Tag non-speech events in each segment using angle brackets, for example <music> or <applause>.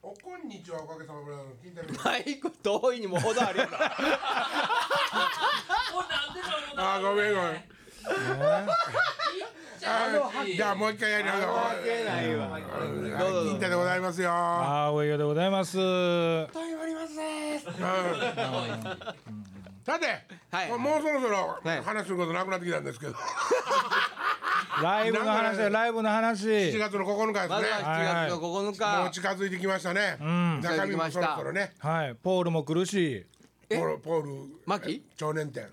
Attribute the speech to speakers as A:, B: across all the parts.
A: こんにちはおかげさまで金太郎
B: マイク遠いにも程あるよ <laughs> な
C: なんでだろうな
A: あーごめんごめんあーじゃあもう一回やりましょ
B: 関係ないわ
A: うは
B: どう
A: い
B: ぞ
A: 金太でございますよ
D: ああ、おいでございます。は
A: うんさて、
B: はい
A: もうもうそろそ
B: はい
A: ろ話することなくなってきたんですけど、
D: ライブの話だよ、ライブの
A: 7
D: 話。
A: 月の9日で
B: ます
A: ね、
B: ずは7月の9日、
A: もう近づいてきましたね、中身もそろそろね
D: はい、ポールも来るし。
A: ポールポール
B: マキ
A: 長年店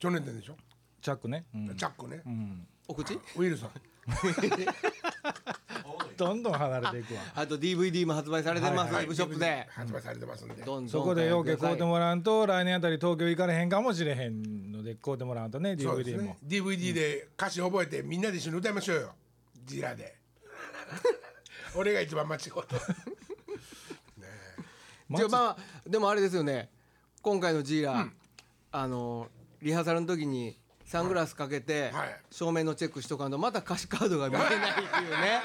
A: 長年店でしょ、
D: チャックね。うん
A: チャックね、
B: お口
A: ウィルソン
D: どんどん離れ
A: <laughs>
D: ていくわ。
B: あと DVD も発売されてます、ライブショップで、
A: 発売されてますんで
B: どんどん
D: そこでようけ
B: 買
D: 買
B: っ
D: う
B: てく
D: て
B: だ
D: もらわんと、来年あたり東京行かれへんかもしれへんので、買うてもらわんとね、
A: そうです
D: DVD も
A: ね。DVD で歌詞覚えてみんなで一緒に歌いましょうよジラ
B: <laughs>
A: で俺が一番間違うと
B: さいじゃあまあでもあれですよね今回のジーラ、あのリハーサルの時にサングラスかけて、
A: はい
B: 照明のチェックしとかんとまた歌詞カードが見えないっていうね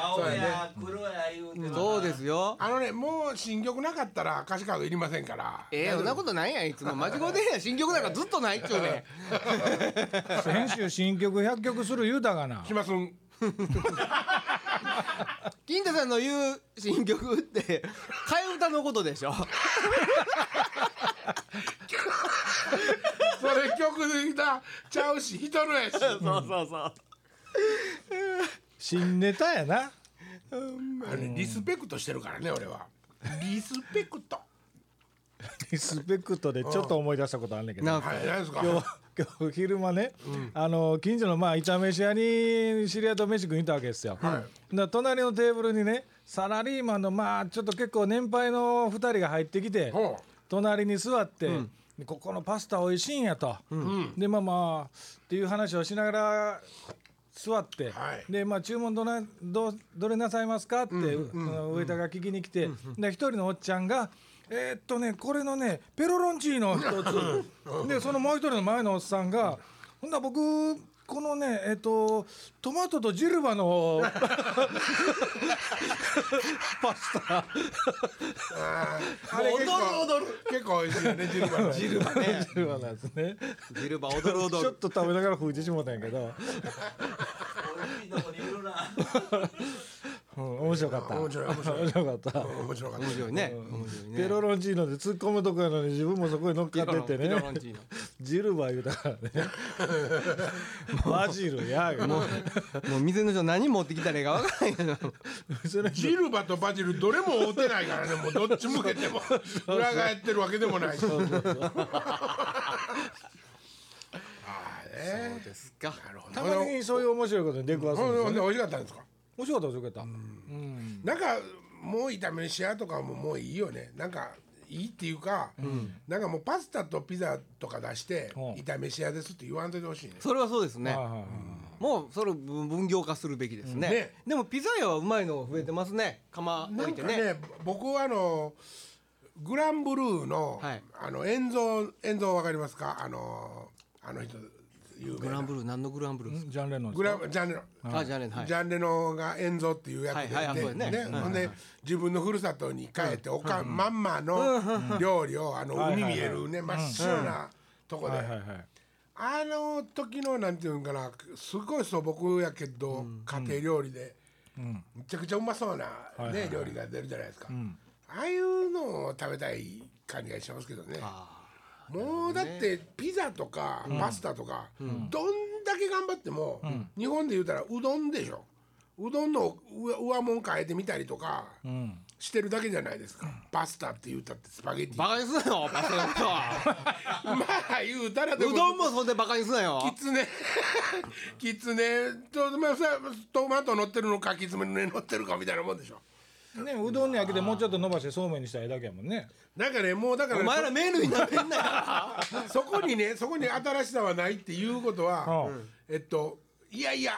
C: 青や黒や言うて
B: <laughs> そうですよ
A: あのねもう新曲なかったら歌詞カードいりませんから
B: ええそんなことないやんいつも間違うてへんやん新曲なんかずっとないっちゅうね
D: 先週新曲100曲する言うたがな
A: <laughs> しますん
B: 金太さんの言う新曲って替え歌のことでしょ
A: それ曲だちゃうし人のやし
B: そうそうそう
D: 新ネタやな
A: あのねリスペクトしてるからね俺はリスペクト
D: リスペクトでちょっと思い出したことあんねんけど
B: な
D: 今
B: んか
A: はい何ですか
D: 日今日昼間ね、あの近所のまあ炒め飯屋に知り合いと飯食いに行ったわけですよ、だ隣のテーブルにねサラリーマンのまあちょっと結構年配の2人が入ってきて
A: ほう
D: 隣に座って、ここのパスタ美味しいんやと、でまあまあっていう話をしながら座って、
A: はい
D: でまあ注文どなどどれなさいますかって、うんウェイターが聞きに来て、で一人のおっちゃんが「えーっとねこれのねペロロンチーノ一つ」でそのもう一人の前のおっさんが「ほんなら僕このねえーっとトマトとジルバのパスタ
A: あーあれ結構
B: 踊る
A: 結構美味しいよねジルバの
B: <laughs> ジルバね
D: ジルバなんですね」
B: ジルバ踊る踊
D: ちょっ
B: る
D: と食べながら吹いてしもうたんやけど、
C: いいとこにいるな
D: うん、面白かった
A: 面白い面白い
D: 面白かった
A: 面白かった
B: 面白いね面白いね
D: ペロロンチーノで突っ込むとこやのに自分もそこに乗っかってて
B: ペ
D: ね
B: ロロンチーノ
D: ジルバ言うたからねマジルやもう
B: もう店の人何持ってきたらいいか分からないけど
D: そ
A: <laughs>
D: れ
A: ジルバとバジルどれも合うてないからねもうどっち向けても裏返ってるわけでもないし <laughs> ああね
B: ですか
A: なるほ
D: たま
A: ど
D: にそういう面白いことに出くわすんです
A: ほ
D: よ
A: んで
D: ね
A: 美味しかったんですか
D: 面白かった面白かった
A: なんかもう炒めし屋とかももういいよねなんかいいっていうか、なんかもうパスタとピザとか出して
D: うん
A: 炒めし屋ですって言わんといてほしいね
B: それはそうですね
D: はいはいはい
B: もうそれを分業化するべきですね,、
A: うんね
B: でもピザ屋はうまいのが増えてますね釜
A: な
B: 置い
A: ん
B: て
A: か
B: ね
A: ね僕はあのグランブルーの、
B: はい
A: あの遠蔵遠蔵わかりますかあのあの人有
B: グ
A: 名
B: ラ
A: な
B: ンブルー何のグランブルーですか
D: ジャンレノンです
A: グランジャンレ
B: あじゃあね、はい
A: ジ、ャンレノが演奏っていう役
B: はいはいあ
A: で
B: そうや
A: ね
B: ね
A: ね
B: うん
A: ほんで自分の故郷に帰っておかんまんまの料理をあの
D: はいは
A: 海
D: いはい
A: 見えるね真っ白なとこで
D: はいはいはい
A: あの時のなんていうんかなすごい素朴やけど家庭料理でめちゃくちゃうまそうなね料理が出るじゃないですかああいうのを食べたい感じがしますけどね
B: あ
A: もうだってピザとかパスタとかどんだけ頑張っても日本で言うたらうどんでしょうどんの上上もん変えてみたりとか
D: うん
A: してるだけじゃないですかパスタって言うたってスパゲティ
B: ーバカにすなよパスタのことは
A: <laughs> まあ言うたら
B: うどん
A: も
B: も <laughs> そんでバカにすなよ
A: きつ <laughs> ねきつねとまあさトマト乗ってるのかきつね乗ってるかみたいなもんでしょ
D: ねうどんに開けてもうちょっと伸ばしてそうめんにしたらええだけやもんね
A: だからねもうだから
B: お
A: ね
B: 前らメールになってんなよ
A: そこにねそこに新しさはないっていうことは、
D: うん
A: えっといやいや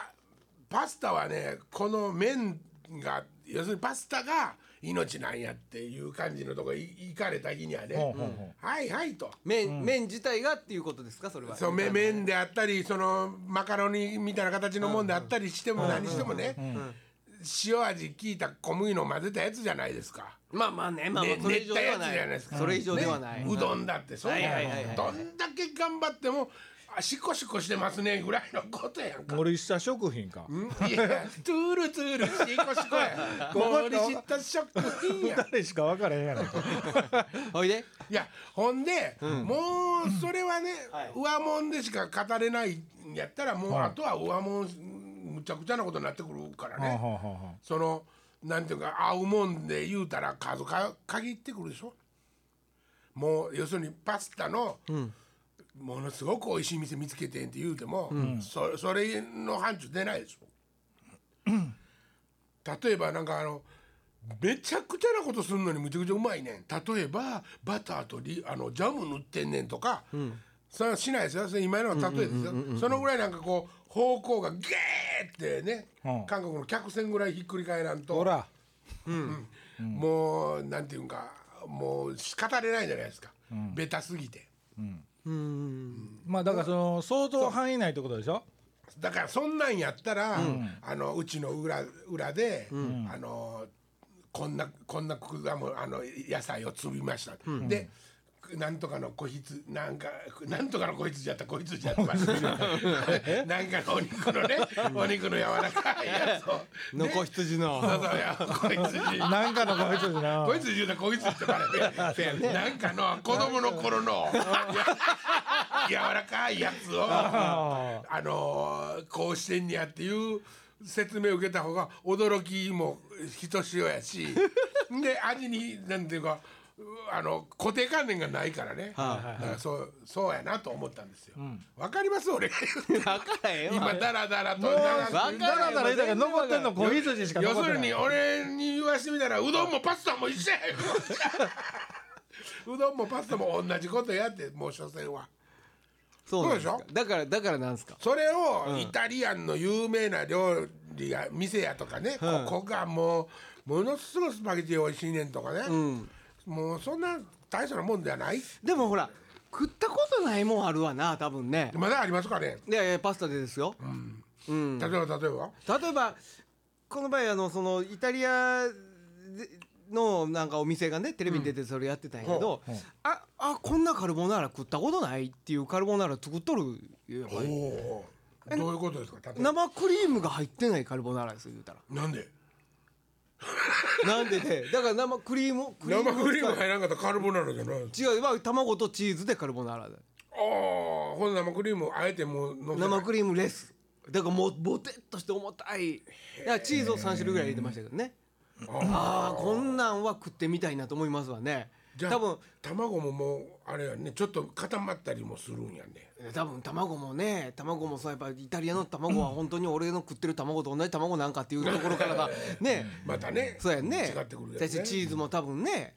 A: パスタはねこの麺が要するにパスタが命なんやっていう感じのとこい行かれた日にはね、
D: うんうんうん
A: はいはいと。
B: 麺麺自体がっていうことですかそれは
A: そうめ麺であったりそのマカロニみたいな形のもんであったりしても何してもね塩味効いた小麦の混ぜたやつじゃないですか。
B: まあまあねまあまあ
A: ね
B: それ以上で
A: 練っ
B: は
A: たやつじゃないですか
B: それ以上ではない、
A: ねうどんだってそうやん
B: はいはいはいはい
A: どんだけ頑張ってもあシコシコしてますねぐらいのことやんか。
D: 森下食品か
A: いやトゥールトゥールシ <laughs> コシコや。
D: こ
A: ごり知った食品や。
D: 誰しか分からへんやないか
B: ほいで
A: いやほんで、もうそれはね、
C: はい
A: 上もんでしか語れないんやったらもうあとは上もんむちゃくちゃなことになってくるからね、
D: はあはあはあはあ
A: そのなんていうか合うもんで言うたら数か限ってくるでしょもう要するにパスタの、ものすごく美味しい店見つけてんって言うても、そそれの範疇出ないでしょ、例えばなんかあのめちゃくちゃなことするのにむちゃくちゃうまいねん例えばバターとリあのジャム塗ってんねんとか、それはしないですよそれ今のは例えですよ、そのぐらいなんかこう方向がゲーってね、
D: うん
A: 韓国の客船ぐらいひっくり返らんと
D: ほら
A: もうなんていうんかもう仕方れないじゃないですか、ベタすぎて
B: うん
D: まあだからその相当範囲内ってことでしょ
A: だからそんなんやったら、あのうちの裏裏で、あのこんなこんな果物あの野菜を摘みました、でなんとかの子羊なんかなんとかの子羊やった子羊やったなんかのお肉のねお肉の柔らかいやつを
B: の
A: ね
B: 子羊の
A: そうそういや子羊
D: なんかのこいつでな
A: こいつ言うたこいつってバレ <laughs> て、なんかの子供の頃の <laughs> いや柔らかいやつをあのーこうしてんねやっていう説明を受けた方が驚きもひとしおや <laughs> しで味になんていうかうあの固定観念がないからね、だからそうそうやなと思ったんですよ。わ、かります俺
B: <laughs> だからええ
A: 今
B: わ
A: ダラダラと
B: わ
A: 長く
B: か
D: だらだら言うたから残ってんの小羊しか
A: 要
D: 残っ
A: す
D: て
A: る
D: ない
A: に俺に言わしてみたらうどんもパスタも一緒やうどんもパスタも同じことやってもう所詮は
B: そうなんですか
A: そうでし
B: だからだからなんですか
A: それをイタリアンの有名な料理や店やとかね、ここがもうものすごいスパゲティ美味しいねんとかね、もうそんな大したもんではない
B: でもほら食ったことないもんあるわな多分ね
A: まだありますかね、
B: いやいやパスタでですよ、うん
A: 例えば例えば
B: 例えばこの前あのそのイタリアでのなんかお店がねテレビに出てそれやってたんやけど、ああこんなカルボナーラ食ったことないっていうカルボナーラ作っとるやっぱ
A: お
B: り
A: おーどういうことですか例えば
B: 生クリームが入ってないカルボナーラですよ言うたら
A: なんで
B: なんでねだから生クリームクリ
A: 生
B: ームを使う
A: クリーム入らんかったらカルボナーラじゃない
B: 違うまあ卵とチーズでカルボナーラだ
A: ああほんなら生クリームをあえてもうのせない
B: 生クリームレスだからもうボテッとして重たいだからチーズを3種類ぐらい入れてましたけどねああこんなんは食ってみたいなと思いますわね
A: じゃあ
B: 多分
A: 卵ももうあれやねちょっと固まったりもするんやね
B: 多分卵もね卵もそうやっぱイタリアの卵は本当に俺の食ってる卵と同じ卵なんかっていうところからがね
A: またね
B: そうやんね
A: 違ってくるや
B: だ
A: つ
B: しチ
A: ね
B: ーズも多分ね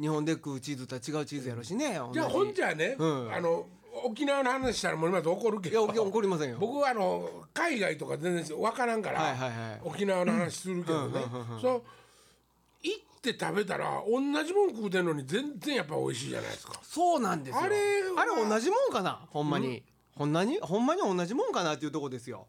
B: 日本で食うチーズとは違うチーズやろしね
A: じゃあほんじゃあね、
B: うん
A: あの沖縄の話したらもう今と怒るけ
B: いや
A: ど
B: 怒怒りませんよ
A: 僕はあの海外とか全然わからんから、
B: はいはいはい
A: 沖縄の話するけどね、そう行って食べたら同じもん食うてんのに全然やっぱ美味しいじゃないですか
B: そうなんですよ
A: あれは
B: あれ同じもんかなほんまにほんなにほんまに同じもんかなっていうとこですよ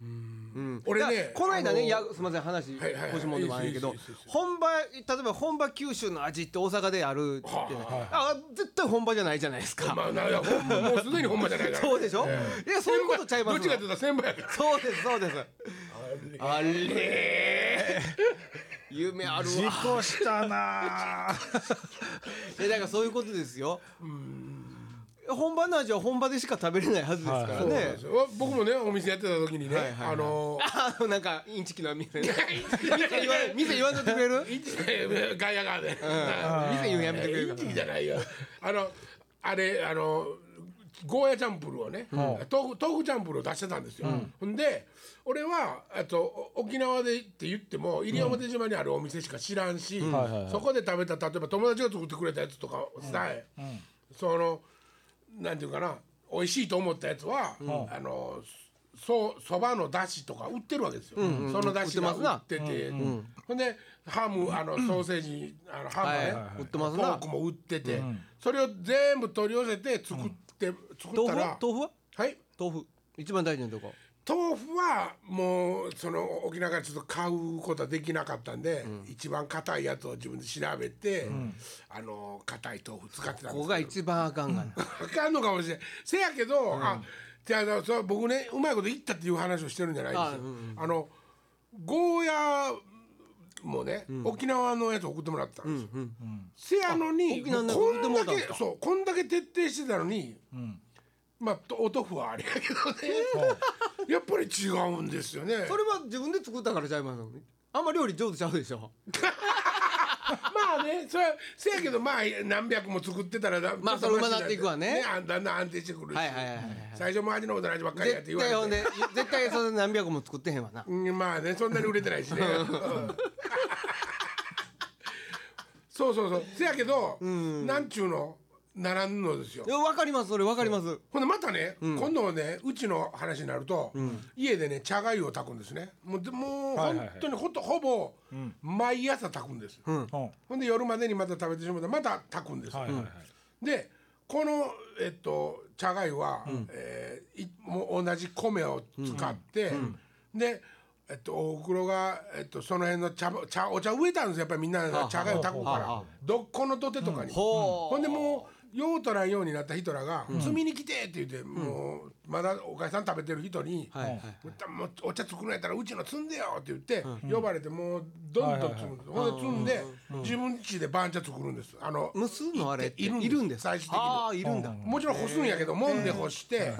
B: うん
A: 俺ね
B: だからこの間ね、
A: あの
B: いやすみません話
A: はいはいはい
B: 欲しいもんでもないけ
A: い
B: ど
A: いですいいですいいです
B: 本場例えば本場九州の味って大阪であるって、あ絶対本場じゃないじゃないですか、
A: まあなんやほんまもうすでにほんまじゃないから
B: そうでしょ、いやそういうことちゃいます
A: どっちかって
B: よ
A: 言ったら千葉やから
B: そうですそうですあれ夢あるわ
D: 事故したなあ
B: えだからそういうことですよ。本場の味は本場でしか食べれないはずですから
A: そう
B: ね。
A: なんですよ僕もねお店やってた時にね、あの <laughs>
B: あのなんかインチキの店ね。店言わ店言わんとってくれる？
A: ガイアガーデン
B: 店言うのやめてく
A: イ
B: れる
A: ン
B: か
A: チキじゃないよあのあれあのゴーヤチャンプルーをね、豆腐豆腐チャンプルーを出してたんですよ、ほんで俺はあとお沖縄でって言っても西表島にあるお店しか知らんし、
D: はいはいはい
A: そこで食べた例えば友達が作ってくれたやつとかさえ、そのなんていうかな美味しいと思ったやつは、あのそそばのだしとか売ってるわけですよ、そのだしが売ってて、ほんでハムあのソーセージあのハムね、
B: はいはい売ってますな
A: ポークも売ってて、それを全部取り寄せて作って、作っ
B: 豆
A: た
B: 腐
A: ら
B: は？豆腐は？
A: はい
B: 豆腐一番大事なとこ。
A: 豆腐はもうその沖縄からちょっと買うことはできなかったんで、一番硬いやつを自分で調べて、あの硬い豆腐使ってたん
B: こ
A: です
B: こ
A: け
B: が一番あかんがな、
A: どあかんのかもしれないせやけど、あじゃあそれは僕ねうまいこと言ったっていう話をしてるんじゃないんですよ。あ,、
B: あうん
A: のゴーヤもね、沖縄のやつ送ってもらったんですよ。
B: うん
A: せやのに
B: 沖縄のやつ
A: こ
B: 送って
A: ん
B: もら
A: だ
B: った
A: け
B: んですか
A: そうこんだけ徹底してたのに、
D: ん
A: まあとお豆腐はあれやけどね、やっぱり違うんですよね。
B: それは自分で作ったからちゃいますよねあんま料理上手ちゃうでしょ
A: まあねそれはせやけどまあ何百も作ってたらだ
B: まあ
A: ちょっと
B: それうまなっていくわね
A: あだんだん安定してくるし、
B: はいはいはいはいはい
A: 最初も味のことないばっかりやって言
B: 絶
A: われ
B: 対
A: て
B: ほんで絶対それ何百も作ってへんわな
A: うんまあねそんなに売れてないしね。うんそうそうそうせやけど、なんちゅうのならんのですよ
B: い。やわかりますそれわかります、
A: ほんでまたね、今度ねうちの話になると、家でね茶粥を炊くんですねもうでもう
D: はいはいはい
A: 本当にほとほぼ毎朝炊くんです、
D: うんは
A: ほんで夜までにまた食べてしまうとまた炊くんです、
D: いはいはい
A: でこの、えっと、茶粥は、えーいもう同じ米を使って、で、えっと、お袋が、えっと、その辺の茶茶お茶植えたんですよやっぱりみんな
B: はあ
A: 茶粥を炊くか
B: はあは
A: ら
B: あ
A: どっこの土手とかに。
B: ほう、
A: ほんでもう用途ないようになった人らが「摘みに来て」って言ってもうまだおかさん食べてる人に
B: はいは
A: も
B: い
A: うたもうお茶作るんやったらうちの摘んでよって言って呼ばれてもうどんどん摘むんですほんで摘んで自分家で晩茶作るんですあの
B: 蒸すのあれって
A: いるんです
B: いるんです
A: 最終的に
B: ああいるんだ、
D: うん
A: もちろん干すんやけどもんで干して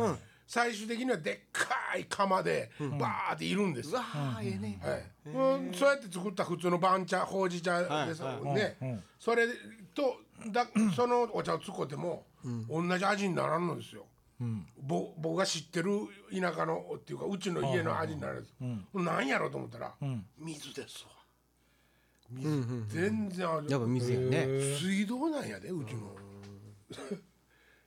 A: 最終的にはでっかい釜でバーっているんです
B: うわあ、ええね、
A: はい、うん、そうやって作った普通の番茶ほうじ茶ですもんね、
D: はいうん
A: それとだそのお茶を作っても、同じ味にならんのですよ、ぼ僕が知ってる田舎のっていうかうちの家の味になるんです、なんやろうと思ったら、水ですわ水、全然味
B: やっぱ水やね、
A: 水道なんやでうちの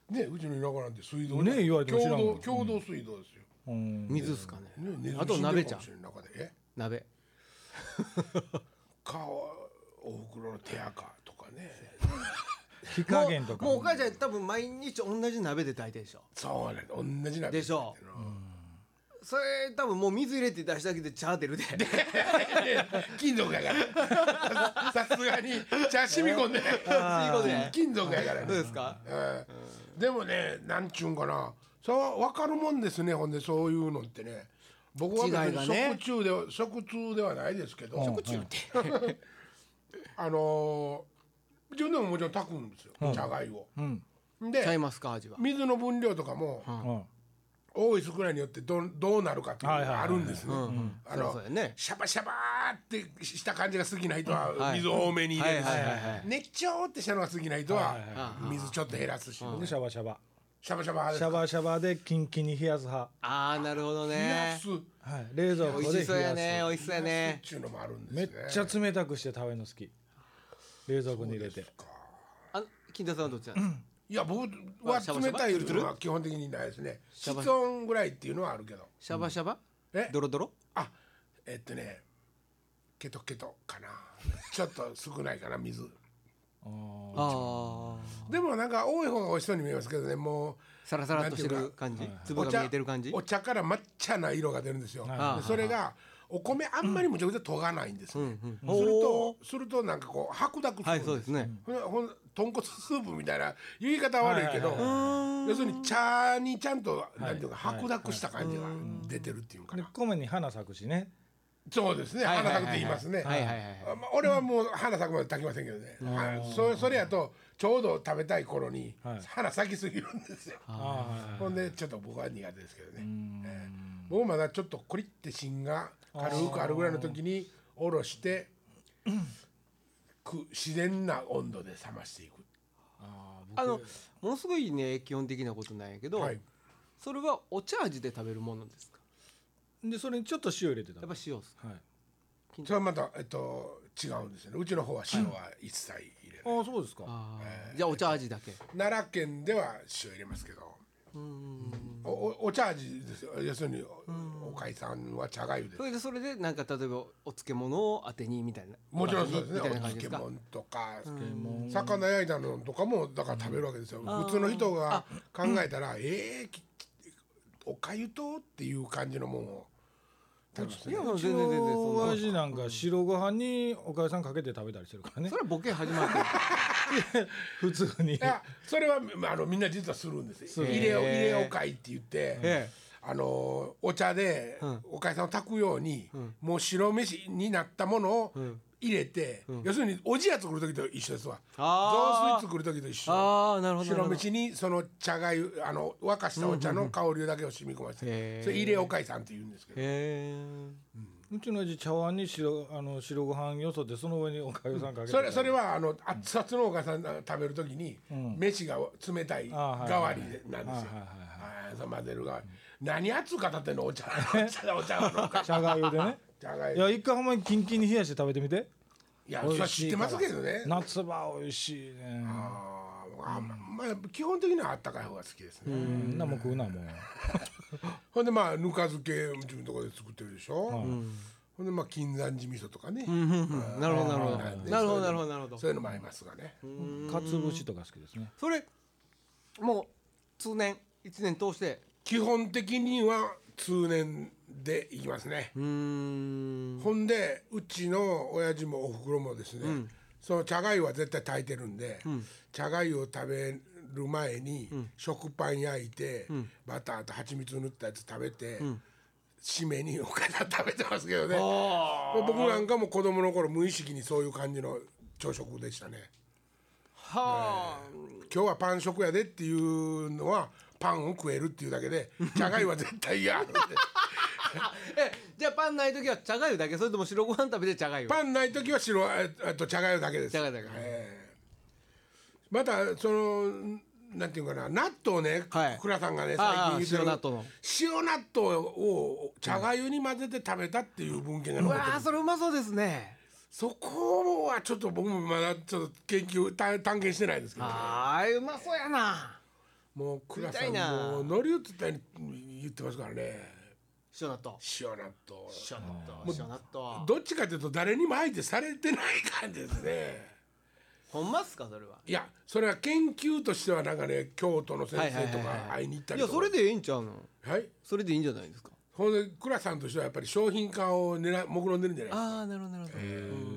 A: ねうちの田舎なんて水道
D: ね言われても知らん
A: 共同
D: もん
A: 共同水道ですよ、
D: うん
B: 水っすかね
A: ねネズミ
B: あと鍋ちゃん
A: 死んでるかもしれん中でえ
B: 鍋
A: かお袋の手垢とかね
D: 火加減とか
B: もうもうお母ちゃん多分毎日同じ鍋で炊いてるでしょ
A: そうね同じな
B: でしょ
A: う
B: それ多分もう水入れて出しただけでチャー出るで
A: <laughs> 金属やからささすがに茶染み込んで
B: ーそういうことね
A: 金属やからね
B: どうですか
A: うんでもねなんちゅうんかなそう分かるもんですねほんでそういうのってね僕は別
B: 違いがね
A: に食中では食通ではないですけど食中って <laughs> あのー自分でももちろん炊くんですよ茶がいを。
D: うん
B: ちゃい
A: で
B: ますか味は
A: 水の分量とかも
D: うん
A: 多い少ないによってどんどうなるかっていうのがあるんですね
B: はいはいはいうんうん。
A: あ
B: そりゃそう
A: の
B: やね
A: シャバシャバーってした感じが好きな人は
B: はい
A: 水多めに入れるし
B: はいはいはいはい、
A: 熱調ってしたのが好きな人
D: は
A: はい
D: はい
B: はい
A: 水ちょっと減らすし、
D: でシャバシャバ
A: シャバシャバーで
D: シャバシャバでキンキンに冷やす派
B: ああなるほど
A: 冷や
B: ね
A: す
D: はい冷蔵庫
B: 美味
D: で
B: しそうや
D: 冷
B: ね
D: や
B: 美味しそうやね
A: っちゅうのもあるんです
D: すめ
A: ね
D: っちゃ冷たくして食べるの好き冷蔵庫に入れて
B: あ金田さんはどっちなんですか、
A: いや僕は
B: シャバシ
A: 冷
B: ャバ
A: たい
B: ツルツル
A: のは基本的にないですね
B: シャ
A: 室
B: バ
A: 温ぐらいっていうのはあるけど
B: シャバシャバ、
A: え
B: ドロドロ
A: あえっとねケトケトかな <laughs> ちょっと少ないかな水
D: あー
B: ああ
A: でもなんか多い方が美味しそうに見えますけどねもう
B: サラサラっとして
A: なんてい
B: る
A: うか
B: 感じ
A: お
B: 粒が
A: 茶
B: 見えてる感じ
A: お茶から抹茶な色が出るんですよ、
B: あ
A: で
B: あ
A: それがお米あんまりむちゃくちゃ研がないんですね、
B: うん
A: するとするとなんかこう白濁するん
B: はいそうですね
A: ほんほん豚骨スープみたいな言い方は悪いけど、
D: はいはい
A: 要するに茶にちゃんと、なんていうか
D: はい
A: 白濁した感じが出てるっていうか
D: で
A: な、
D: 米に花咲くしね
A: そうですね花咲くって言いますね、
B: はいはいはいはい
A: あまあ俺はもう花咲くまで炊きませんけどね、あそそれやとちょうど食べたい頃に
D: はい
A: 花咲きすぎるんですよ、
D: あ
A: ほんでちょっと僕は苦手ですけどね、えー僕まだちょっとコリって芯が軽くあるぐらいの時におろしてく自然な温度で冷ましていく、
B: あのものすごいね基本的なことなんやけど、
A: はい、
B: それはお茶味で食べるものですか
D: ーでそれにちょっと塩入れてた
B: やっ
D: の
B: ぱ塩っす
D: はい
A: それはまた、えっと、違うんですよねうちの方は塩は一切入れない、
D: ああそうですか
B: あーじゃあお茶味だけ
A: 奈良県では塩入れますけどおおお茶味ですよ要するにおおかいさんは茶がゆです
B: それでそれでなんか例えばお漬物を当てにみたいな
A: もちろんそうですね
B: み
A: お
B: たいな感じで
A: 漬
B: すか
A: 物とか
D: 物
A: 魚焼いたのとかもだから食べるわけですよ普通の人が考えたらええーきおかゆとっていう感じのもんを食べます
B: い
A: ね
B: やも
D: う
B: う
D: ち
B: 全然全然
D: の
B: そ
D: 親
B: んな
D: 父なんか白ご飯におかゆさんかけて食べたりしてるからね
B: それはボケ始まってる
D: 普通に
A: いやそれはまああのみんな実はするんですよ
B: る
A: 入れを
B: へ
A: 入
B: え
A: れおかいって言って、
B: え
A: あのお茶で
B: ん
A: おかゆさんを炊くように、もう白飯になったものを
B: ん
A: 入れて、要するにおじや作る時と一緒ですわ雑
B: あー
A: 炊作る時と一緒
B: ああなるほどなる
A: 白
B: ほど
A: 飯にその茶がゆあの沸かしたお茶の香りだけを染み込ませて、
B: へえ
A: それ入れおかいさんって言うんですけど、
B: へ
D: うちの親父茶碗に白あの白ご飯よそってその上におかゆさんかけて
A: それそれはあの熱々のおかゆさんが食べる時に、飯が冷たい代
D: あーはい
A: わりなんですよ。
D: はいはい
A: あーそう混ぜる代わり何熱う語ってんのお茶 <laughs> お茶お茶のおかゆ
D: 茶がゆでね
A: 茶がゆ
D: いや一回ほんまにキンキンに冷やして食べてみて
A: いやそれは知ってますけどね
D: 夏場美味しいね
A: あーあまあ基本的にはあったかい方が好きですね、
D: うんなもん食うなもう
A: ほんでまあぬか漬け自分のところで作ってるでしょ、ほんでまあ金山寺味噌とかね、
B: えなるほどなるほど
A: はい
B: なるほどなるほどなるほど
A: そういうのもありますがね、
D: かつぶしとか好きですね
B: それもう通年一年通して
A: 基本的には通年でいきますね、
B: うーん
A: ほんでうちの親父もおふくろもですね、その茶がゆは絶対炊いてるんで、茶がゆを食べる前に食パン焼いて、バターと蜂蜜塗ったやつ食べて、締めにおかず食べてますけどね僕なんかも子供の頃無意識にそういう感じの朝食でしたね
B: はあ
A: 今日はパン食やでっていうのはパンを食えるっていうだけで茶がゆは絶対嫌
B: えじゃあパンない時は茶がゆだけそれとも白ご飯食べて茶がゆ
A: パンない時は白ええっと茶がゆだけです
B: 茶がゆだけ
A: ええまたそのんなんていうかな納豆ね、
B: はい
A: 倉さんがね最
B: ああ
A: 近言ってる
B: 白納豆の
A: 塩納豆を茶がゆに混ぜて食べたっていう文献が
B: う
A: 残ってる
B: わあそれうまそうですね
A: そこはちょっと僕もまだちょっと研究た探検してないですけどね
B: あーうまそうやな
A: もう倉
B: 食
A: さ
B: い
A: ん
B: たいな
A: もう乗り移ったように言ってますからね
B: 塩納豆
A: 塩納豆
B: 塩納豆塩納豆
A: どっちかというと誰にも相手されてない感じですね
B: ほんまっすかそれはい
A: やそれは研究としてはなんかね京都の先生と
B: はいはいはい
A: か
B: は
A: 会いに行った
B: い
A: りと
B: や
A: か
B: それでええんちゃうの
A: はい
B: それでいいんじゃないですか
A: ほんで倉さんとしてはやっぱり商品化を狙い目論んでるんじゃない
B: ああなるほどなるほど
A: で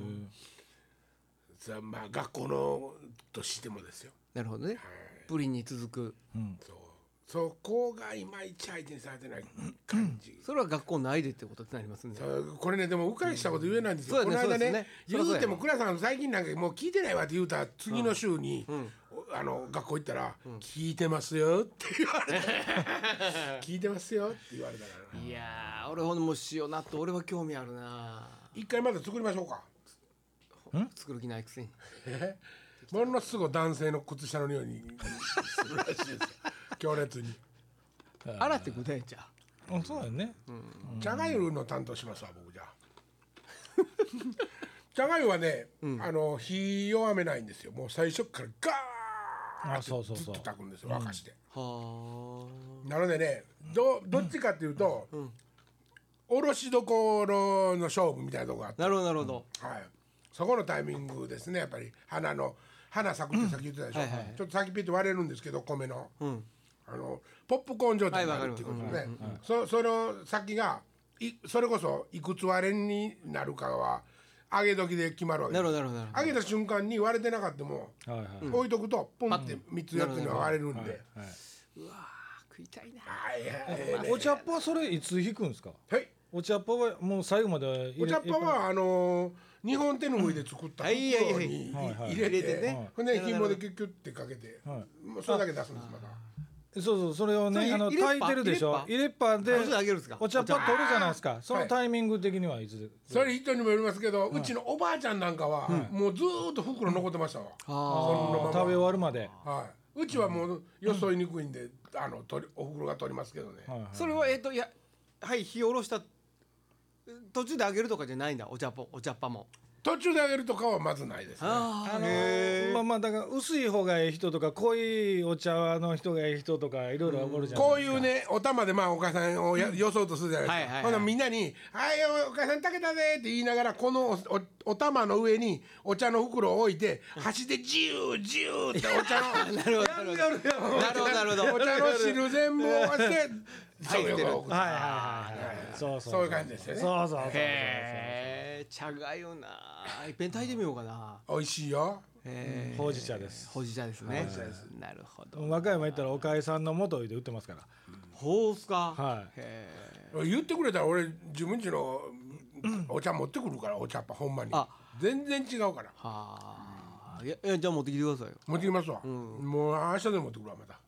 A: すかまあ学校のとしてもですよ
B: なるほどねプリンに続く
A: そうそこがいまいち相手にされてない感じ
B: それは学校内でってことになりますね
A: そうこれねでもうかりしたこと言えないんですよ、
B: うんそう
A: こ
B: だ
A: の
B: ね
A: 間ね
B: そうですね
A: 言
B: そう
A: う
B: だ
A: て
B: そう
A: も
B: だ
A: 倉さん最近なんかもう聞いてないわって言うたら次の週に、おあの学校行ったら、聞いてますよ」って言われて <laughs> 「聞いてますよ」って言われたから
B: いやー俺ほんでもう塩納豆俺は興味あるな
A: 一回まだ作りましょうか
B: 作る気ないくせに
A: ものすごい男性の靴下の匂いにするらしいですよ強烈に
B: 洗ってくれんちゃ
D: あそうだよね
A: じゃがゆの担当しますわ僕じゃあ <laughs> じゃがゆはね、あの火弱めないんですよもう最初からガー
D: あ
A: ッ
D: そう
A: と
D: そう
A: ずっ
D: そ
A: と
D: う
A: 炊くんですよ沸かして。
B: うは
A: なのでねどどっちかっていうと、おろしどころの勝負みたいなとこがあっ
B: あなるほどなるほど
A: て、はい、そこのタイミングですねやっぱり花の花咲くってさっき言ってたでしょ、
B: はいはい
A: ちょっと先ピッと割れるんですけど米の,、
B: ん
A: あのポップコーン状態になるっていうことね、そその先がいそれこそいくつ割れになるかは揚げ時で決まるわけ
B: な
A: で
B: る
A: す
B: ほどなるほどなるほ
A: 揚げた瞬間に割れてなかったも、
D: はいはい
A: 置いとくとポンって3つ4つには割れるんで、
D: はい
B: どうわー食いたいな
A: はいはいはい
D: お茶っ葉はそれいつ引くんですか
A: はい
D: お茶っ葉はもう最後まで入れ
A: お茶っ葉はあのー日本手ぬぐいで作った袋に
B: はいはいはい
A: い
D: はいはい
A: 入れ
B: 入れ
A: て
B: てね
A: ほんで紐でキュッキュッってかけて
D: は
A: もうそれだけ出すんですまだ
D: そうそうそれを
B: そ
D: ね
B: れ
D: あの
B: 入れっぱ
D: 炊いてるでしょ入れっぱで
B: あそれあげるんですか
D: お茶っ葉取るじゃないですかそ
A: は
D: の
A: い
D: タイミング的にはいつで
A: それ人にもよりますけどうちのおばあちゃんなんかはもうずーっと袋残ってましたわ
B: あ
A: そのまま
D: 食べ終わるまで
A: はいうちはもうよそいにくいんであの取りお袋が取りますけどね
D: はいはい
B: ーそれはえっ、といやはい火を下ろした途中であげるとかじゃないんだお茶っ葉お茶っ葉も
A: 途中であげるとかはまずないですね
B: あ
D: あ
B: あ
D: の
B: へ
D: まあまあだから薄い方がええ人とか濃いお茶の人がええ人とかいろいろおるじゃない
A: こう
D: です
A: い
D: か
A: うねお玉でまあお母さんをやよそうとするじゃないです
B: はいはいは
A: か
B: い
A: ほなみんなに「はいお母さん炊けたぜ」って言いながらこのおおお玉の上にお茶の袋を置いて端でジュージューってお茶の
B: なるほどなるほどなるほどなるほど
A: お茶の汁全部を押して
B: 入ってる
A: そう
D: はいはいはいはいそうそう
A: そういう感じですよね
D: そうそうそうそう
B: へえ茶がよな一遍炊いてみようかな
A: 美味しいよ
B: へえ
D: ほうじ茶です
B: ほうじ茶ですねなるほど
D: 和歌山行ったらおかえさんの元で売ってますから
B: ほうっすか
D: はい
B: へえ
A: 言ってくれたら俺自分ちのお茶持ってくるからお茶っぱほんまに
B: あ
A: 全然違うから
B: はあいやいやじゃあ持ってきてくださいよ
A: 持ってきますわもう明日でも持ってくるわま
B: <laughs>
A: た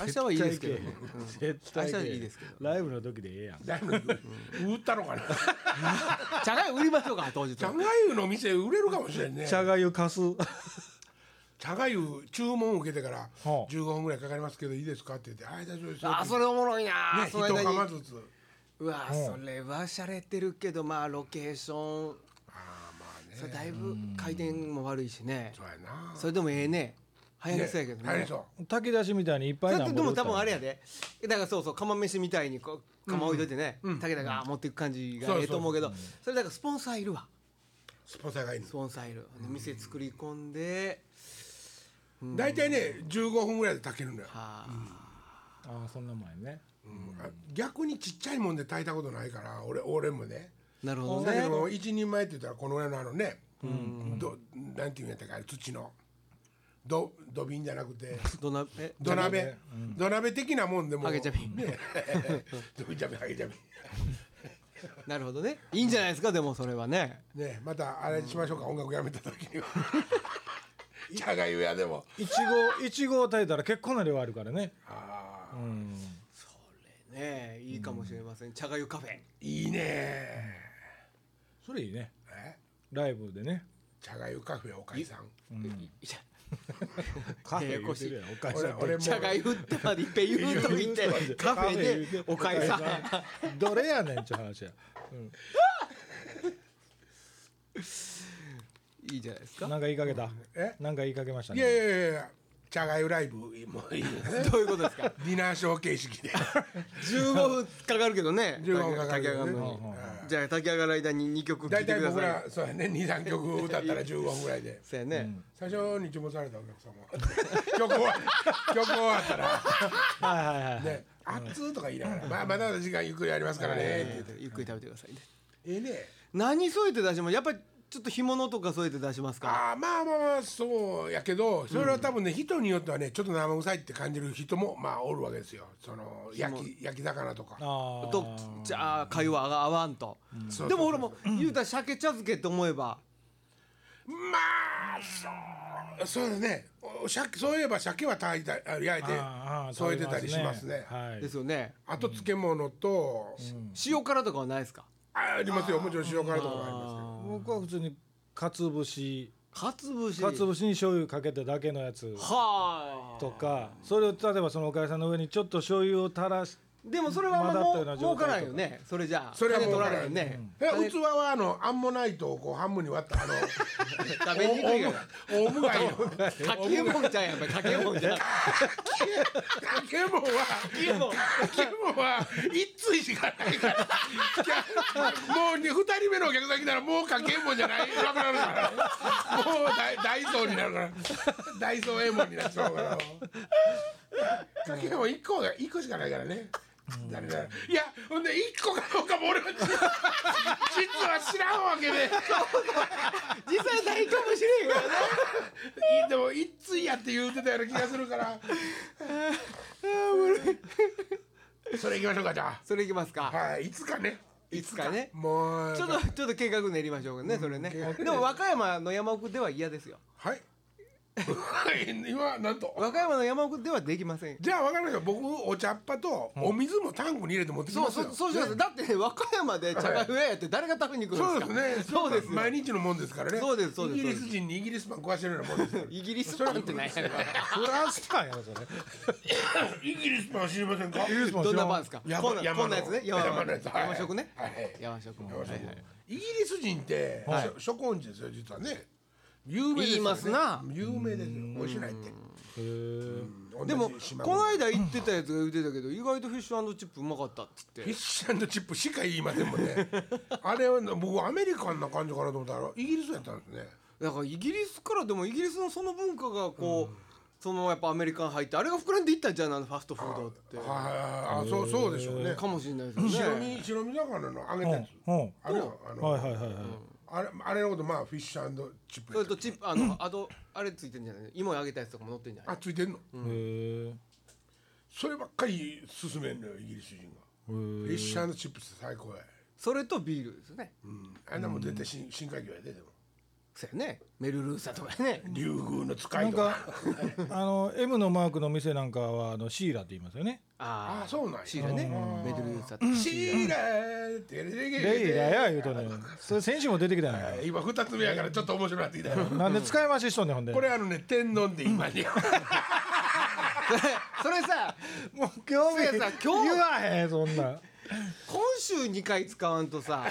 B: 明日はいいですけどね
D: 絶対
B: 明日
D: け
B: いいですけど
D: ライブの時でええやん
A: だいぶ売ったのか
B: <laughs>
A: な
B: <laughs> 茶がよ売りましょうか当日
A: 茶がゆの店売れるかもしれんね
D: 茶がゆかす
A: 茶がゆ注文を受けてから
D: はあ
A: 15分ぐらいかかりますけどいいですかって言って「はい大丈夫ですよ」
B: あそれおもろいな
A: ね
B: その間
A: 一
B: に
A: 釜ずつ
B: うわそれは洒落てるけどまあロケーション
A: ああまあね
B: それだいぶ回転も悪いしね
A: そうやな
B: それでもええね流行りそうやけ
A: ね
B: ど
A: 流行
B: ね
A: りそう
D: 炊き出しみたいにいっぱい
B: それ
D: な
B: っ
D: ん
B: て
D: ぼ
B: で
D: で
B: も
D: 売った
B: 多
D: ら
B: 分あれやでだからそうそう釜飯みたいにこう釜置いといてね武田があー持っていく感じがええと思うけどそれだからスポンサーいるわ
A: スポンサーがいいの
B: スポンサーいる店作り込んで
A: 大体ね15分ぐらいで炊けるのよ
B: は
D: ああそんな前ね
A: うんあ逆にちっちゃいもんで炊いたことないから俺俺もね
B: あなるほど
A: だけ
B: ね
A: ど一人前って言ったらこのぐらいのあのねどなんていうんやったかあれ土のど土瓶じゃなくて
B: どんなえ
A: 土鍋土鍋的なもんでも
B: ハゲ茶瓶
A: ね <laughs> 土瓶茶瓶ハゲ茶瓶
B: なるほどねいいんじゃないですかでもそれはね
A: ねまたあれしましょうか、音楽やめた時には <laughs> 茶がゆやでも
D: いちごいちごを炊いたら結構な量あるからね
A: あ
D: う
A: あ
D: ん
B: ねいいかもしれません茶がゆカフェ
A: いいね
D: それいいね
A: え
D: ライブでね
A: 茶がゆカフェおかいさん
B: いや
D: カ
B: <laughs>
D: フェ
B: やや
D: 言
B: こ
D: う
B: してい
D: るやんおかえ
A: 俺
D: さん
A: 俺も
B: 茶がゆってまでいっぺん言うといてカフェでおかえさん
D: んどれやねんちゅう話や
B: いいじゃないですか
D: なんか言いかけた
A: え
D: なんか言いかけました
A: いやい
D: ね
A: やいやいや茶がゆライブもういいよね
B: <laughs> どういうことですか
A: ディナーショー形式で
B: 15分かかるけどね
A: 15分かかる
B: 炊
A: け
B: き上が
A: どね
B: るのに
A: うんうん
B: じゃあ炊き上がる間に2曲聴い
A: 大
B: て
A: 体
B: くだ
A: 僕
B: さい
A: らそうやね23曲歌ったら15分ぐらいで
B: そうやね
A: 最初に注文されたお客様曲終わ
B: <laughs>
A: 曲終わったら
D: はいはいはい
A: 「
D: はい
A: ね、熱っ」とか言いながら「まあまだまだ時間ゆっくりありますからね」って言って
B: ゆっくり食べてくださいね
A: ええね
B: 何添えて出しますやっぱりちょっと干物とか添えて出しますか
A: あーまあまあまあそうやけどそれは多分ね、人によってはねちょっと生臭いって感じる人もまあおるわけですよその焼き焼き魚とか
D: ああ
B: とじゃあかゆは合わんと
A: そう
B: でも俺も言うたら鮭茶漬けって思えば
A: まあそうそうですねお鮭そういえば鮭は炊いたあ焼いて
D: あー
A: 添えてたりしますね
D: はい
B: ですよね
A: あと漬物と、
B: 塩辛とかはないですか
A: あありますよもちろん塩辛とかもありますけど
B: あ
D: 僕は普通に鰹節
B: ーかつぶし
D: 鰹節に醤油かけただけのやつ
B: はあ
D: とかそれを例えばそのおかえさんの上にちょっと醤油を垂らし
B: でもそれはあんま
D: 混ざったような
B: も
D: 状態
B: 儲からんよねそれじゃあ
A: それは
B: 金
A: 儲
B: 取
A: かららん
B: れへんね
A: え器はあのアンモナイトをこう半分に割ったあの
B: 食べにくいから
A: オウムガイの
B: かけもんちゃんやっぱりかけもんち <laughs> ゃん
A: かけもんは
B: けもん
A: かけもんは一通しかないからもうね二人目のお客さん来たらもうかけもんじゃないなくなるからもうダイダイソーになるからダイソーエモンになっちゃうからかけもん一個が一個しかないからね誰だいやほんで一個かどうかも俺は実は知らんわけで、
B: 実際ないかもしれんからね
A: でも一通やって言うてたような気がするからそれ行きましょうかじゃあ
B: それいきますか
A: はい、いつかね。
B: いつかね
A: もう。
B: ちょっとちょっと計画練りましょうねそれねでも和歌山の山奥では嫌ですよ
A: <laughs> はい。今、なんと。
B: 和歌山の山奥ではできませんよ
A: じゃあ、わかりました。僕、お茶っ葉と、お水もタンクに入れて持ってき
B: そ
A: ま
B: う
A: すよ。
B: そうそうしますだってね和歌山で茶が増えやって誰が食べに来る
A: そ
B: ん
A: う
B: で
A: ですすね。
B: かそうですよ
A: 毎日のもんですからね。
B: そうですそうです
A: イギリス人にイギリスパン食わしてるようなもんですから
B: イギリスパンってなんやねん <laughs>
D: フランスパンやろそれ
A: <laughs> イギリスパン知りませんか。
D: イギリスパン
B: どんなパンですか
A: 山
B: こんな
A: 山の
B: こんなやつね
A: 山のやつはい
B: 山食ね
A: はい
B: 山食はいはい
A: イギリス人って、
D: はい
A: しょ初婚時ですよ実はね有名ですよね
B: 言いますな
A: 有名ですよ美味しないってうん
B: でも
A: 同じ島
B: この
A: 国
B: 間言ってたやつが言ってたけど意外とフィッシュチップうまかったっつっ
A: フィッ
B: て
A: シュチップしか言いませんもんねあれは僕アメリカンな感じかなと思ったらイギリスやったんですね
B: だからイギリスからでもイギリスのその文化がこうそのやっぱアメリカン入ってあれが膨らんでいったんじゃんあのファストフードって
A: はいはいはいあそうそうでしょうね
B: かもしれないですよ
A: 白
B: ね
A: 身白身魚の揚げ
D: うん
A: た
D: う
A: やつ
D: ん
A: あれよあの、
D: はいはいはいはい
A: あれあれのことまあフィッシュチップ
B: そ
A: や
B: れ
A: った
B: と
A: っけ
B: チップあのあとあれついてんじゃない芋揚げたやつとかも乗ってんじゃな
A: あ
B: い
A: ついてんの
D: へえ
A: そればっかり勧めんのよイギリス人がフィッシュチップス最高や
B: それとビールですね
A: うんあんなもん絶対新新海魚やででも
B: そうやねメルルーサとかね
A: 竜宮の使
D: ないん
A: と
D: か
A: か
D: あの M のマークの店なんかはあのシーラって言いますよね
B: あ
A: あそうなんや
B: シーラねメルルーサ <laughs> とか
A: シーラーテレレゲ
D: レイラや言うとねそれ先週も出てきたんや
A: はい今二つ目やからちょっと面白くなってきたよ
D: なんで使い回ししとんねんほんで
A: これあのね天丼で今に
B: それさ
D: もう興味
B: せやさ今日
D: 言わへんそんな
B: 今週2回使わんとさ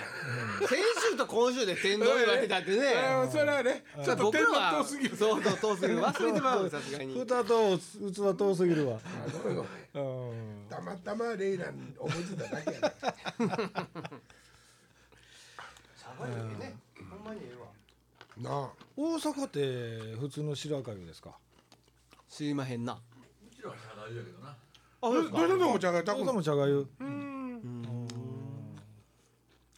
B: 先週と今週で天丼言われたってね
A: あ <laughs> のそれはねちょっと
B: 僕
A: 天
B: ら
A: 丼
B: は
A: 遠すぎる
B: そうそう遠 <laughs> すぎる忘れてまうさすがに
D: 蓋と器遠すぎるわ
A: あごめんごめん
D: うん
A: たまたまレイラン思いついただけやな
B: 茶番よりねほんまにええわ
A: なあ
D: 大阪って普通の白粥ですか
B: 知りまへんな
C: うちらは社外だけどな
B: あ
A: どうしたのお茶がた
D: 大
A: く
D: 阪も茶粥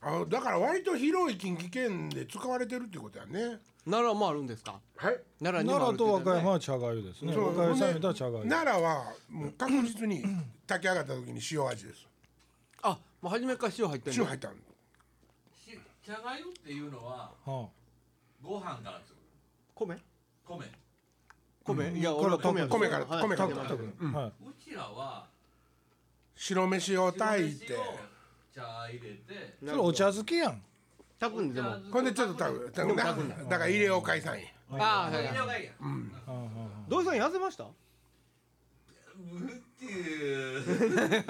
A: あだから割と広い近畿圏で使われてるってことやね
B: 奈良もあるんですか
A: はい
B: 奈良にもあるっ
D: 奈良
B: て
D: と
B: 言って
D: 和歌
B: たね
D: 山は茶粥ですね
A: そ
D: 和
A: う
D: 歌山さん
A: ほん
D: み
A: で
D: たら茶粥
A: 奈良はもう確実に炊き上がった時に塩味です
B: あもう初めから塩入ってん
A: 塩
B: の
A: 入ったの
C: し茶がゆっていうのは
D: は
C: ご飯から作る
B: 米
C: 米う
B: 米いや俺は米やと思
A: 米
B: う
A: から
B: はい
A: 米
D: あ
A: から
D: 炊く炊くはい
C: ちらは
A: 白飯を炊いて
C: 白飯を茶入れて
D: それお茶漬けやん
B: 炊くんでも
A: これでちょっと炊く炊くなだから入れを解散や
B: ああ
C: 入れがいいやうん
B: 土井さん痩せました
C: うっていう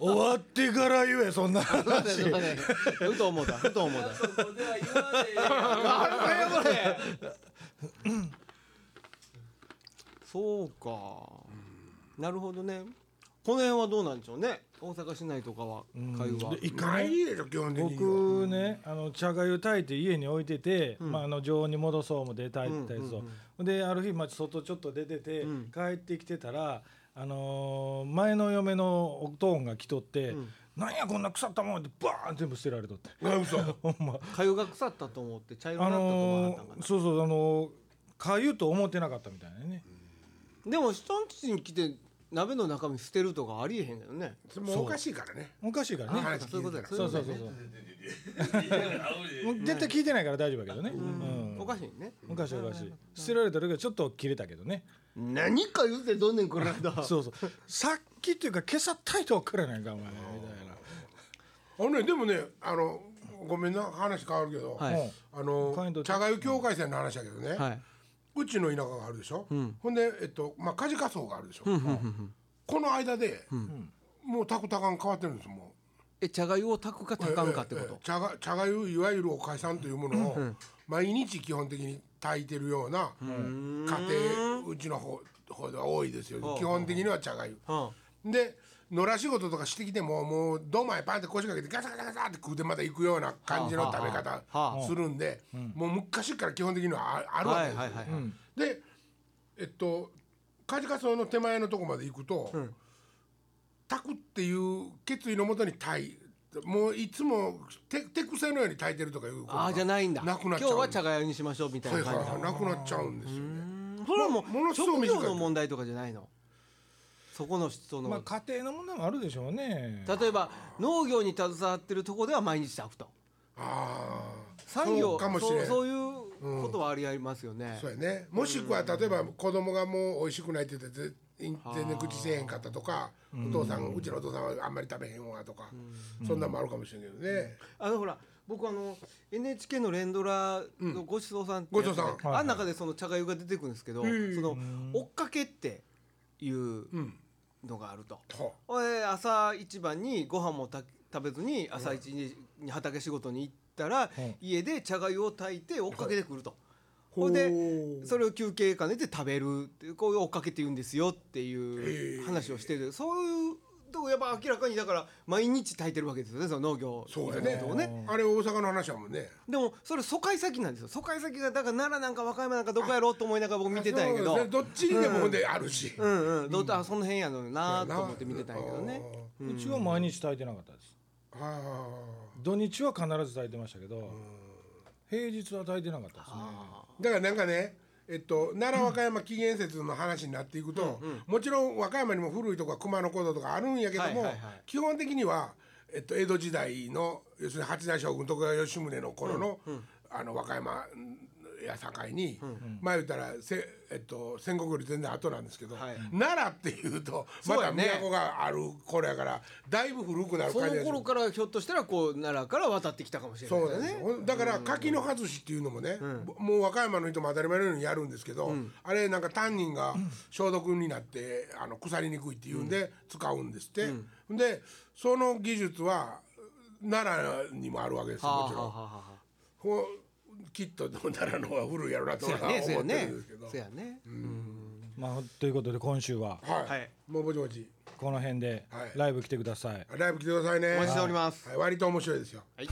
D: 終わってから言えそんな話
B: うと思うたうと思うた
C: そこでは言わねえよ
B: あれこれそうか、なるほどねこの辺はどうなんでしょうね大阪市内とかは会話
D: で一回
A: ないでしょ基本的には
D: 僕ねあの茶粥炊いて家に置いてて、まあ、あの常温に戻そうもで炊いてたやつを、である日、まあ、外ちょっと出てて、帰ってきてたら、あのー前の嫁のおとんが来とって「なんやこんな腐ったもん」ってバーン全部捨てられとって
A: あ嘘
D: <laughs> ほんま
B: 会話が腐ったと思って茶色
D: あ
B: になったと思わ
D: の
B: なかったん
D: ー
B: か
D: そうそうあのかゆと思ってなかったみたいなね、
B: なでも人んちに来て鍋の中身捨てるとかありえへんけどね
A: それもうおかしいからね
D: おかしいからね
A: 話
B: そういう
A: 聞
B: こ
A: い
B: と
A: てたら
B: や
D: そう
B: い
D: そ
B: こ
D: う
B: と
D: そ
B: や
D: うそう、
C: い
D: もう絶対聞いてないから大丈夫やけどね、う
B: お
D: ん、
B: かしいね
D: おかしいおかしい捨てられた時はちょっと切れたけどね
B: 何か言うてどんねんこらだ
D: そうそう。さっきっていうか今朝炊いたばっからやないかお前み
A: あのねでもねあのごめんな話変わるけど、
B: はい
A: あ
D: カイン
A: の
D: ド
A: 茶がゆ境界線の話だけどね、
B: はいう
A: ちの田舎があるでしょ、ほんで、えっとまあ、カジカ層があるでしょ、この間で、もうタクタカン変わってるんですも
B: え茶がゆを炊くか
A: う
B: 炊かんかってこ
A: えええ
B: と
A: え茶が茶がゆいわゆるおかいさんというものを、毎日基本的に炊いてるような家庭うちの方方では多いですよ、基本的には茶がゆ、
B: うん
A: で野良仕事とかしてきてももうドンマイパンって腰掛けてガサガサガサって食うてまた行くような感じの食べ
B: はあはあは
A: 方
B: あ
A: するんでもう昔から基本的にはああるわ
B: は
A: けで
B: い
A: すよ、
B: はいはいはい
A: でえっとカジカソの手前のとこまで行くと、炊くっていう決意のもとに炊いもういつも手手癖のように炊いてるとかいうことが
B: ああじゃないんだ
A: なくな
B: 今
A: っち
B: 日
A: ゃうん
B: は
A: です
B: 茶がゆにしましょうみたい
A: は
B: ない
A: はい
B: 感じ
A: はいなくなっちゃうんですよね
B: それはもう
A: まものすごく
B: 職
A: 短い
B: 業の問題とかじゃないのそこの人
D: たいな。まあ
B: の、
D: 家庭の問題もあるでしょうね。
B: 例えば農業に携わってるとこでは毎日炊くと
A: ああ
B: 産業
A: そうかもしれ
B: そ
A: ん
B: うそういうことはありありますよね、
A: そうやねもしくは例えば子供がもう美味しくないって言ってぜ全然口せえへんかったとかお父さんうちのお父さんはあんまり食べへんわとかそんなんもあるかもしれんけどね
B: あのほら僕あの NHK の連ドラのごちそうさんって
A: ご
B: や
A: ち
B: つ
A: そうさん
B: であの中でその茶がゆが出てくるんですけど、その追っかけっていうのがあると、
A: と
B: ほいで朝一番にご飯もた食べずに朝一にに畑仕事に行っったら、
D: うん
B: 家で茶粥を炊いて追っかけてくると。
A: ほ
B: ほ
A: うん
B: でそれを休憩兼ねて食べるっていうこういう追っかけって言うんですよっていう話をしてる、そういうとこやっぱ明らかにだから毎日炊いてるわけですよねその農業
A: そうだ
B: い
A: ね
B: ろんなとこ
A: あれ大阪の話やもんね
B: でもそれ疎開先なんですよ疎開先がだから奈良なんか和歌山なんかどこやろうと思いながら僕見てたんやけど
A: そううですねどっちにでもほんであるし、
B: んうんどうあその辺やのになと思って見てたんやけどね
D: うちは毎日炊いてなかったです
A: あーあ
D: 土日は必ず炊いてましたけど平日は炊いてなかったですね
A: ーだからなんかねえっと、奈良和歌山起源説の話になっていくと、もちろん和歌山にも古いとか熊野古道とかあるんやけども、
B: はいはいはい
A: 基本的には、えっと、江戸時代の要するに八代将軍徳川吉宗の頃の,、あの和歌山や境に、まあ言ったらせ、えっと、戦国より全然後なんですけど、
B: はい
A: 奈良っていうとま
B: そう
A: た
B: やね
A: 都がある頃やからだいぶ古くなる
B: そ
A: 感じ
B: の
A: がする
B: 頃からひょっとしたらこう奈良から渡ってきたかもしれない
A: そ
B: で
A: う
B: す
A: だ
B: よ
A: ね
B: ね。
A: だから柿の外しっていうのもね、ぼもう和歌山の人も当たり前のようにやるんですけど、あれなんかタンニンが消毒になってあの腐りにくいっていうんで使うんですって、でその技術は奈良にもあるわけですよ
B: はあ
A: も
B: は
A: ち
B: あ
A: ろ
B: は
A: ん。ほうきっと奈良の方が古いやろうなと
B: あは
A: 俺は
B: あそう
A: 思
B: や
A: ってる
B: ね
A: んですけど、
B: そうやねそうやね
D: まあということで今週は
A: はい、
B: はい
A: もうぼちぼち
D: この辺で
A: はい
D: ライブ来てください
A: ライブ来てくださいね
B: お待ちしております
A: はい、割と面白いですよ
B: はい